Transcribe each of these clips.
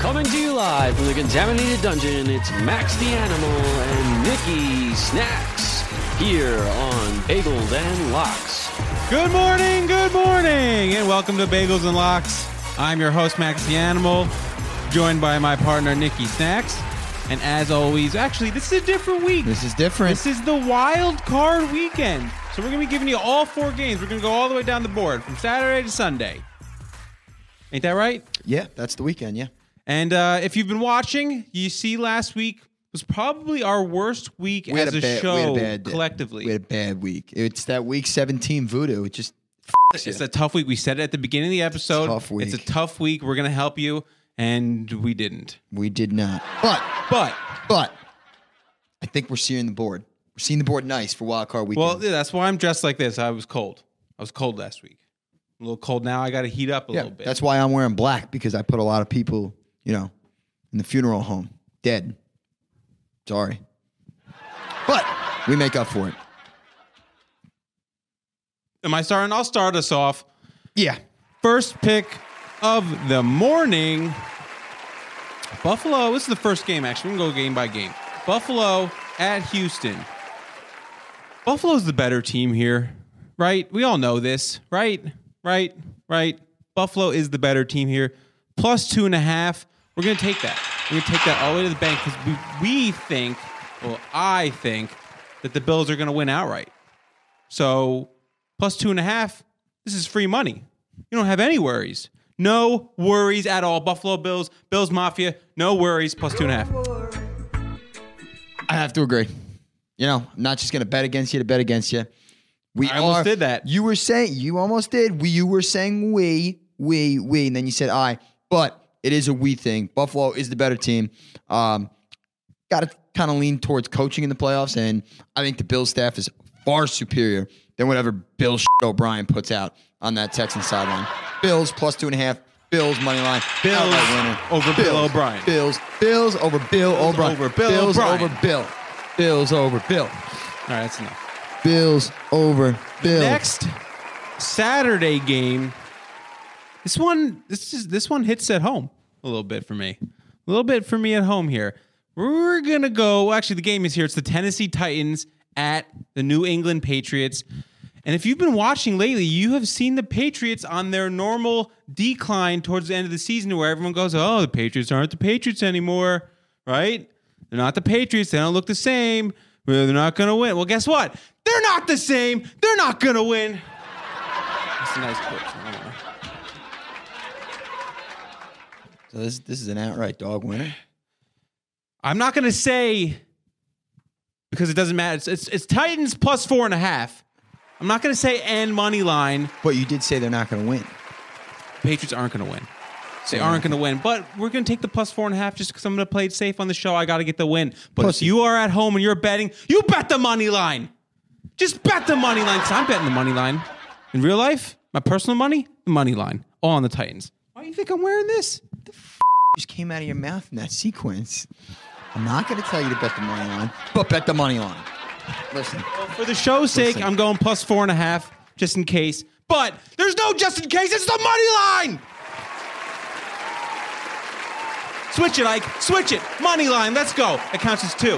Coming to you live from the Contaminated Dungeon, it's Max the Animal and Nikki Snacks here on Bagels and Locks. Good morning, good morning, and welcome to Bagels and Locks. I'm your host, Max the Animal, joined by my partner, Nikki Snacks. And as always, actually, this is a different week. This is different. This is the wild card weekend. So we're going to be giving you all four games. We're going to go all the way down the board from Saturday to Sunday. Ain't that right? yeah, that's the weekend. Yeah. And uh, if you've been watching, you see last week was probably our worst week as a, bad- show day. collectively. We had a bad week. It's that week 17 voodoo. It just It's a tough week. We said it at the beginning of the episode. Tough It's a week. tough week. We're going to help you. And we didn't. we did not. But But, but I think we're seeing the board. We're seeing the board nice for wild card weekend. well, yeah, that's why I'm dressed like this. I was cold. I was cold last week. I'm a little cold now. I got to heat up a yeah, little bit. that's why I'm wearing black because I put a lot of people, you know, in the funeral home dead. Sorry. But we make up for it. Am I starting? I'll start us off. Yeah. First pick of the morning. Buffalo. This is the first game, actually. We can go game by game. Buffalo at Houston. Buffalo's the better team here, right? We all know this, right? Right? Right? Buffalo is the better team here. Plus two and a half. We're going to take that. We're going to take that all the way to the bank because we, we think, well, I think, that the Bills are going to win outright. So plus two and a half, this is free money. You don't have any worries. No worries at all. Buffalo Bills, Bills Mafia, no worries, plus two and a half. I have to agree. You know, I'm not just going to bet against you to bet against you. We I almost are- did that. You were saying you almost did. We you were saying we we we, and then you said I. But it is a we thing. Buffalo is the better team. Um, got to kind of lean towards coaching in the playoffs, and I think the Bills staff is far superior than whatever Bill O'Brien puts out on that Texan sideline. Bills plus two and a half. Bills money line. Bills outright winner. over Bill Bills, O'Brien. Bills. Bills over Bill O'Brien. over Bill Bills O'Brien. over Bill. Bills over Bill. All right, that's enough. Bills over Bill. Next Saturday game. This one, this is this one hits at home a little bit for me. A little bit for me at home here. We're gonna go. well, actually, the game is here. It's the Tennessee Titans at the New England Patriots. And if you've been watching lately, you have seen the Patriots on their normal decline towards the end of the season where everyone goes, Oh, the Patriots aren't the Patriots anymore, right? They're not the Patriots. They don't look the same. Well, They're not going to win. Well, guess what? They're not the same. They're not going to win. That's a nice clip. so I don't know. So this this is an outright dog winner. I'm not gonna say because it doesn't matter. It's, it's it's Titans plus four and a half. I'm not gonna say and money line. But you did say they're not going to win. Patriots aren't gonna win. They aren't gonna win. But we're gonna take the plus four and a half just because I'm gonna play it safe on the show. I gotta get the win. But Pussy. if you are at home and you're betting, you bet the money line. Just bet the money line. Cause I'm betting the money line. In real life, my personal money, the money line, all on the Titans. Why do you think I'm wearing this? Just came out of your mouth in that sequence. I'm not going to tell you to bet the money line, but bet the money line. Listen, For the show's sake, Listen. I'm going plus four and a half, just in case. But there's no just in case. It's the money line. Switch it, Ike. Switch it. Money line. Let's go. It counts as two.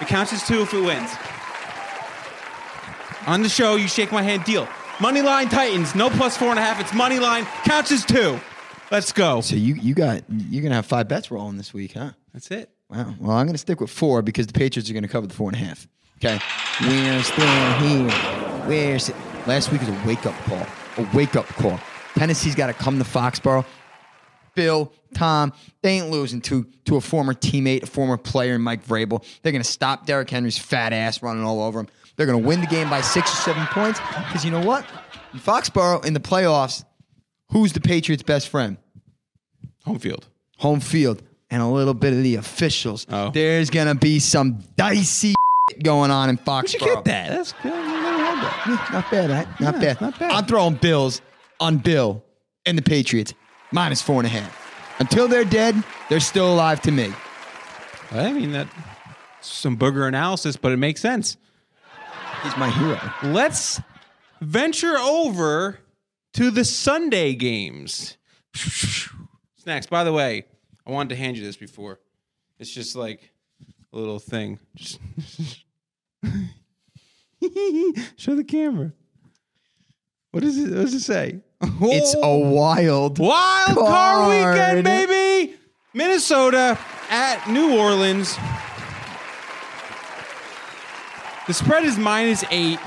It counts as two if it wins. On the show, you shake my hand. Deal. Money line Titans. No plus four and a half. It's money line. Counts as two. Let's go. so you you got you're going to have five bets rolling this week, huh? That's it. Wow. Well, I'm going to stick with four because the Patriots are going to cover the four and a half. Okay. We're still here. We're st- Last week was a wake up call. A wake up call. Tennessee's got to come to Foxborough. Bill, Tom, they ain't losing to to a former teammate, a former player, Mike Vrabel. They're going to stop Derrick Henry's fat ass running all over him. They're going to win the game by six or seven points because you know what? In Foxborough in the playoffs, who's the Patriots' best friend? Home field. home field and a little bit of the officials. Oh. There's gonna be some dicey going on in Foxborough. Where'd you get that? That's good. You really had that. Yeah, Not bad, right? Not Yeah, bad. not bad. I'm throwing Bills on Bill and the Patriots minus four and a half. Until they're dead, they're still alive to me. I mean that. Some booger analysis, but it makes sense. He's my hero. let's venture over to the Sunday games. Snacks, by the way, I wanted to hand you this before. It's just like a little thing. Just show the camera. What is it? What does it say? Oh. It's a wild. Wild Car Weekend, Card. baby! Minnesota at New Orleans. The spread is minus eight.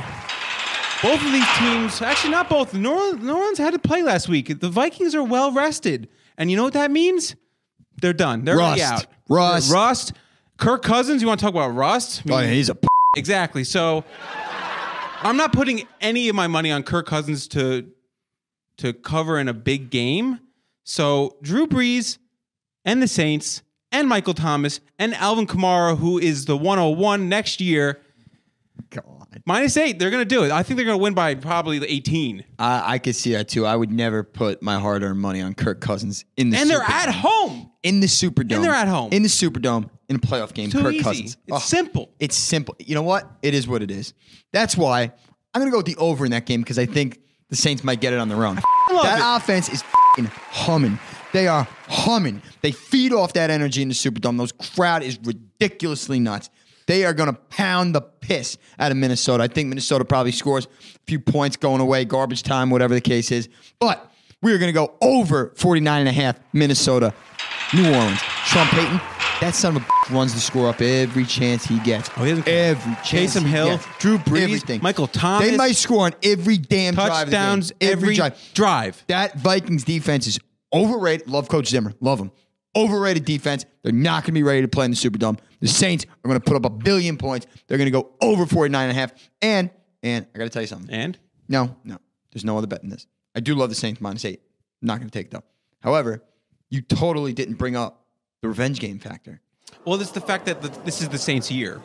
Both of these teams, actually, not both. New Orleans, New Orleans had to play last week. The Vikings are well rested. And you know what that means? They're done. They're already Rust. out. Rust. Rust. Kirk Cousins, you want to talk about rust? I Oh, mean, yeah, he's a. P- Exactly. So I'm not putting any of my money on Kirk Cousins to to cover in a big game. So Drew Brees and the Saints and Michael Thomas and Alvin Kamara, who is the 101 next year, God. minus eight, they're gonna do it. I think they're gonna win by probably 18. I, I could see that too. I would never put my hard-earned money on Kirk Cousins in the And they're Superdome. at home. in the Superdome. And they're at home. in the Superdome in a playoff game. Too Kirk easy. Cousins. It's Ugh. simple. It's simple. You know what? It is what it is. That's why I'm gonna go with the over in that game because I think the Saints might get it on their own. love that it. offense is fing humming. They are humming. They feed off that energy in the Superdome. Those crowd is ridiculously nuts. They are going to pound the piss out of Minnesota. I think Minnesota probably scores a few points going away, garbage time, whatever the case is. But we are going to go over 49 and a half Minnesota, New Orleans. Sean Payton, that son of a bitch runs the score up every chance he gets. Oh, he doesn't care. every chance. Taysom he Hill, gets. Drew Brees, everything. Michael Thomas. They might score on every damn drive of the game. Touchdowns every, drive. drive. That Vikings defense is overrated. Love Coach Zimmer. Love him. Overrated defense. They're not going to be ready to play in the Superdome. The Saints are going to put up a billion points. They're going to go over 49 and a half. And, and I got to tell you something. And No, no. There's no other bet than this. I do love the Saints minus eight. I'm not going to take it though. However, you totally didn't bring up the revenge game factor. well, it's the fact that the, this is the Saints' year.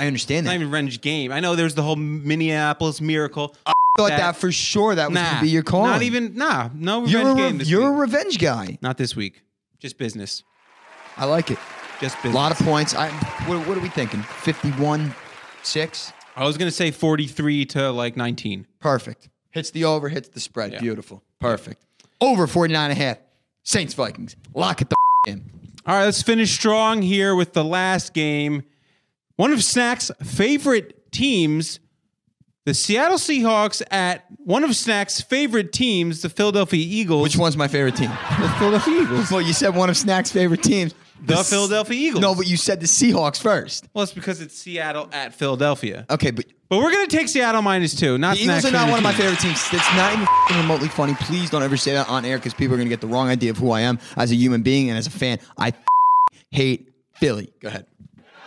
I understand that. Not even revenge game. I know there's the whole Minneapolis miracle. I thought that, that- for sure that was going to be your call. Not even nah. No revenge You're a, game. re- This you're a week. revenge guy. not this week. Just business. I like it. Just A business. lot of points. I, what, what are we thinking? 51 6? I was gonna say 43 to like 19. Perfect. Hits the over, hits the spread. Yeah. Beautiful. Perfect. Over 49 and a half. Saints Vikings. Lock it the in. All right, let's finish strong here with the last game. One of Snack's favorite teams, the Seattle Seahawks, at one of Snack's favorite teams, the Philadelphia Eagles. Which one's my favorite team? The Philadelphia Eagles. Well, you said one of Snack's favorite teams. The S- Philadelphia Eagles. No, but you said the Seahawks first. well, it's because it's Seattle at Philadelphia. Okay, but But we're gonna take Seattle minus two. Not the Eagles Snack's are not one of my team. favorite teams. It's not even f***ing remotely funny. Please don't ever say that on air because people are going to get the wrong idea of who I am as a human being and as a fan. I f- hate Philly. Go ahead.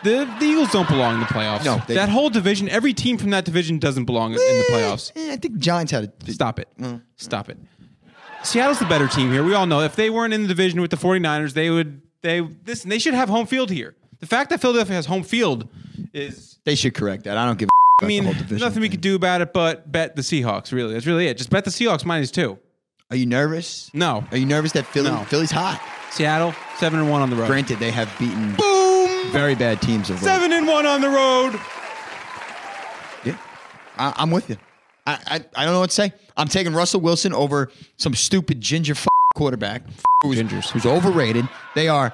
The, the Eagles don't belong in the playoffs. No, they that don't. whole division, every team from that division doesn't belong in the playoffs. Eh, I think the Giants had a Stop it. Mm. Stop it. Seattle's the better team here. We all know if they weren't in the division with the 49ers, they would they this they should have home field here. The fact that Philadelphia has home field is They should correct that. I don't give. a I about mean, the whole division nothing we thing. could do about it but bet the Seahawks, really. That's really it. Just bet the Seahawks minus 2. Are you nervous? No. Are you nervous that Philly? No. Philly's hot. Seattle 7 and 1 on the road. Granted, they have beaten Boom! very bad teams of late. 7 and 1 on the road. Yeah, I, I'm with you. I, I I don't know what to say. I'm taking Russell Wilson over some stupid ginger f- quarterback who's, Gingers. who's overrated. They are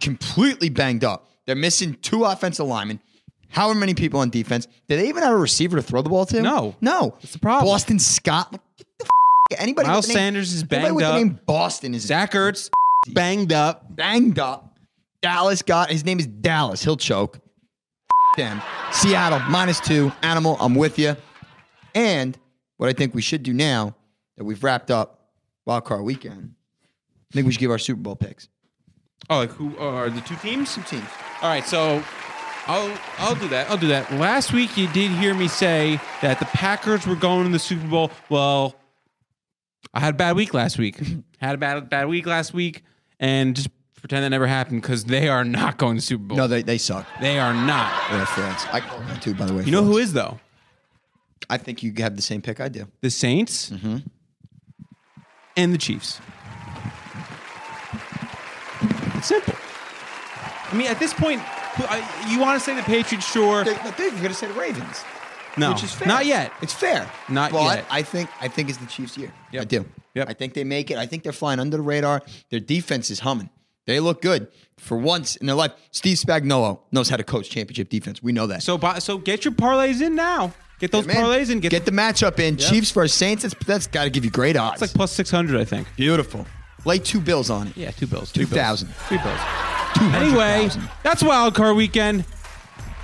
completely banged up. They're missing two offensive linemen. However many people on defense? Did they even have a receiver to throw the ball to? No. no. That's the problem. Boston Scott. Like, Get the f- anybody? Miles with the name- Sanders is anybody banged with up. The name Boston is Zach Ertz banged up. banged up. Dallas got his name is Dallas. He'll choke. F- Them. Seattle minus two. Animal. I'm with you. And what I think we should do now that we've wrapped up Wild Card Weekend, I think we should give our Super Bowl picks. Oh, like who are the two teams? Two teams. All right, so I'll I'll do that. I'll do that. Last week you did hear me say that the Packers were going to the Super Bowl. Well, I had a bad week last week. had a bad bad week last week, and just pretend that never happened because they are not going to the Super Bowl. No, they they suck. they are not. They're frauds. I call them too, by the way. You know who is though? I think you have the same pick I do. The Saints and the Chiefs. It's simple. I mean, at this point, who- I- you want to say the Patriots? Sure. They, but they're going to say the Ravens, No, which is fair. not yet. It's fair. Not but yet. I think I think it's the Chiefs' year. Yep. I do. Yep. I think they make it. I think they're flying under the radar. Their defense is humming. They look good for once in their life. Steve Spagnuolo knows how to coach championship defense. We know that. So, bu- so get your parlays in now. Get those Man, parlays in. Get, the matchup in. Chiefs versus Saints. That's, that's got to give you great odds. it's like plus six hundred, I think. beautiful. Lay two bills on it. Yeah, two bills. Two two bills. thousand. Two bills. Anyway, that's Wild Card Weekend.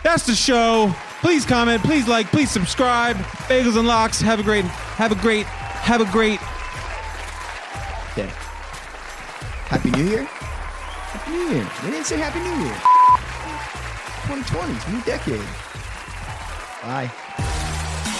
That's the show. Please comment. Please like. Please subscribe. Bagels and locks. Have a great. Have a great. Have a great. Day. Happy New Year. Happy New Year. They didn't say Happy New Year. 2020, it's a new decade. Bye.